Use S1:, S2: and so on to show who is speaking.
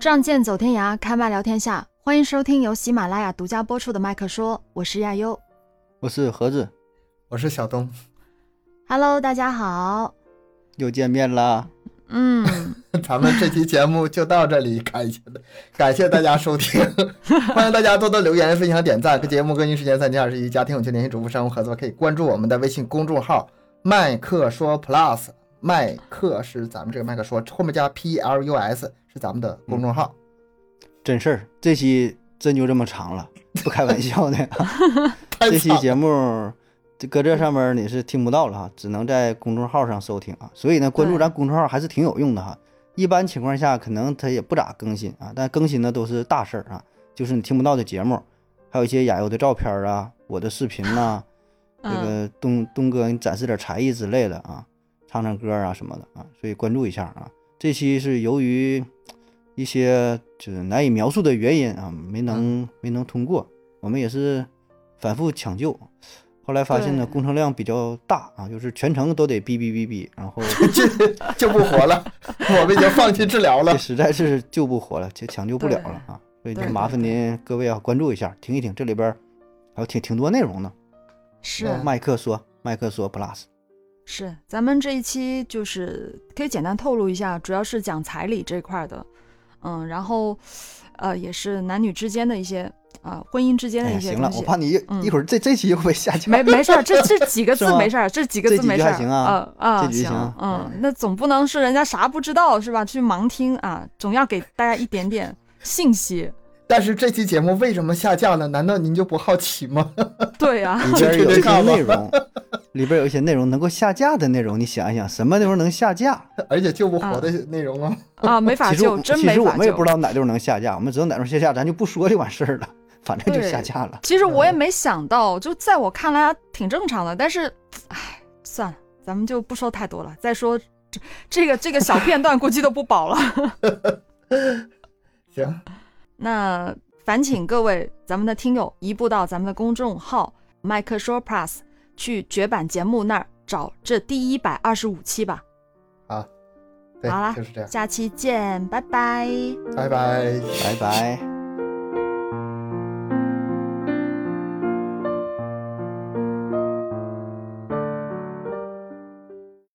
S1: 仗剑走天涯，开麦聊天下，欢迎收听由喜马拉雅独家播出的《麦克说》，我是亚优。
S2: 我是盒子，
S3: 我是小东，
S1: Hello，大家好。
S2: 又见面啦。
S1: 嗯，
S3: 咱们这期节目就到这里，感谢感谢大家收听， 欢迎大家多多留言、分享、点赞。节目更新时间三七二十一，家庭有趣联系主妇商务合作，可以关注我们的微信公众号“麦克说 Plus”，麦克是咱们这个麦克说，后面加 P L U S 是咱们的公众号。
S2: 嗯真事儿，这期真就这么长了，不开玩笑的。
S3: 太
S2: 这期
S3: 惨了
S2: 节目就搁这上面你是听不到了哈，只能在公众号上收听 啊。所以呢，关注
S1: 对
S2: 咱公众号还是挺有用的哈。一般情况下，可能它也不咋更新啊，但更新的都是大事儿啊，就是你听不到的节目，还有一些雅优的照片啊，我的视频呐、这
S1: 嗯，
S2: 个东东哥，你展示点才艺之类的啊，唱唱歌啊什么的啊，所以关注一下啊。这期是由于一些就是难以描述的原因啊，没能、
S1: 嗯
S2: 没能通过，我们也是反复抢救。后来发现呢，
S1: 对
S2: 工程量比较大啊，就是全程都得哔哔哔哔，然后
S3: 就就不活了，我们已经放弃治疗了
S2: 这。实在是救不活了，就抢救不了
S1: 对
S2: 了啊，所以就
S1: 对
S2: 麻
S1: 对
S2: 烦您各位啊关注一下，听一听这里边儿还有挺挺多内容呢。
S1: 是
S3: 嗯
S2: 哦麦克说，麦克说 plus，
S1: 是，咱们这一期就是可以简单透露一下，主要是讲彩礼这一块儿的。嗯，然后，呃，也是男女之间的一些啊、婚姻之间的
S2: 哎呀，
S1: 一些
S2: 行
S1: 东
S2: 了，
S1: 西。
S2: 我怕你一
S1: 嗯
S2: 一会儿这这期又 被下架。
S1: 没没事儿，这这几个字
S2: 是吗
S1: 没事儿，这几个字没事儿。
S2: 这几句还行啊
S1: 啊啊
S2: 这几句行
S1: 嗯，那总不能是人家啥不知道是吧？去盲听啊，总要给大家一点点信息。
S3: 但是这期节目为什么下架了？难道您就不好 奇吗？
S1: 对啊，
S2: 里边有一
S3: 这
S2: 些
S3: 个
S2: 内容，里边有一些内容能够下架的内容，你想一想，什么地方能下架？
S3: 而且救不
S1: 嗯
S3: 活的内容啊，
S1: 啊，没法
S2: 嗯其实我
S1: 救，真
S2: 其
S1: 没
S2: 实我
S1: 法
S2: 们也
S1: 救
S2: 不。知道哪地方能下架，我们只要哪地方下架，咱就不说就完事儿了，反正就
S1: 对
S2: 下架了。
S1: 其实我也没想到，就在我看来还挺正常的，但是，唉，算了，咱们就不说太多了。再说这这个这个小片段估计都不保了。
S3: 行。
S1: 那烦请各位咱们的听友移步到咱们的公众号“麦克说 Plus” 去绝版节目那儿找这第一百二十五期吧。
S3: 对
S1: 好啦，
S3: 就是这样，
S1: 下期见，拜拜。
S3: 拜拜。
S2: 拜拜。